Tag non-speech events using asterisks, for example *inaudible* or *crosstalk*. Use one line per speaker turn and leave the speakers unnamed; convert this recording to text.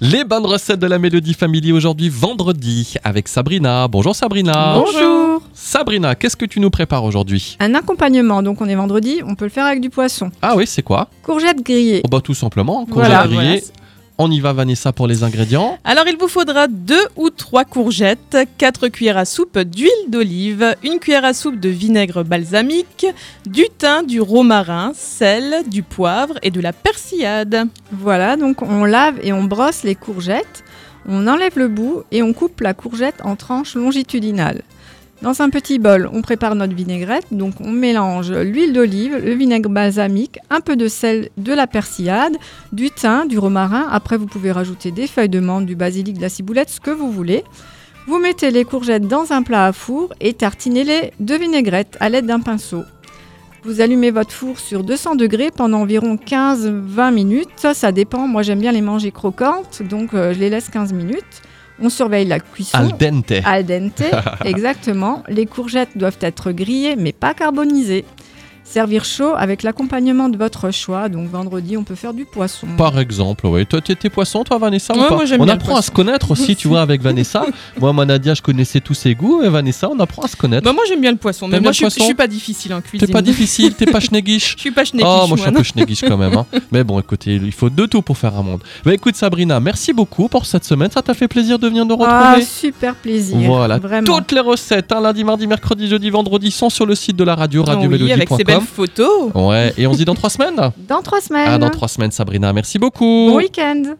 Les bonnes recettes de la Mélodie Family aujourd'hui, vendredi, avec Sabrina. Bonjour Sabrina.
Bonjour.
Sabrina, qu'est-ce que tu nous prépares aujourd'hui
Un accompagnement, donc on est vendredi, on peut le faire avec du poisson.
Ah oui, c'est quoi
Courgettes grillées.
Oh bah tout simplement, courgettes
Voilà,
grillées. On y va Vanessa pour les ingrédients.
Alors il vous faudra deux ou trois courgettes, 4 cuillères à soupe d'huile d'olive, une cuillère à soupe de vinaigre balsamique, du thym, du romarin, sel, du poivre et de la persillade.
Voilà, donc on lave et on brosse les courgettes, on enlève le bout et on coupe la courgette en tranches longitudinales. Dans un petit bol, on prépare notre vinaigrette, donc on mélange l'huile d'olive, le vinaigre balsamique, un peu de sel, de la persillade, du thym, du romarin. Après, vous pouvez rajouter des feuilles de menthe, du basilic, de la ciboulette, ce que vous voulez. Vous mettez les courgettes dans un plat à four et tartinez-les de vinaigrette à l'aide d'un pinceau. Vous allumez votre four sur 200 degrés pendant environ 15-20 minutes. Ça, ça dépend. Moi, j'aime bien les manger croquantes, donc euh, je les laisse 15 minutes. On surveille la cuisson.
Al dente.
Ah.
Al dente, exactement. Les courgettes doivent être grillées, mais pas carbonisées. Servir chaud avec l'accompagnement de votre choix. Donc vendredi, on peut faire du poisson.
Par exemple, oui. Toi, t'es t'es poisson, toi, Vanessa ou
Ouais,
pas
moi, j'aime
On
bien le
apprend à se connaître aussi, tu vois, avec
*laughs*
Vanessa. moi, moi, Nadia, je connaissais tous ses goûts. Et Vanessa, on apprend à se connaître.
Bah moi j'aime bien le poisson, mais
T'aimes
moi
bien
je
le
suis, je
poisson
suis pas difficile en cuisine.
t'es pas difficile, t'es pas schneguiche.
Je suis pas schneckich,
Oh, moi je suis
moi,
un
non.
peu schneguiche quand même. hein. Mais bon, écoutez, il faut de tout pour faire un monde. Bah écoute, Sabrina, merci beaucoup pour cette semaine. Ça t'a fait plaisir de venir nous
Ah,
retrouver.
super plaisir.
Voilà,
vraiment.
Toutes les recettes, hein, lundi, mardi, mercredi, jeudi, vendredi, sont sur le site de la radio,
oui, hein. avec ses belles
radiomélodie.com.
photos.
Ouais, et on se dit dans trois semaines
Dans trois semaines.
Ah, dans trois semaines, Sabrina. Merci beaucoup.
Bon week-end.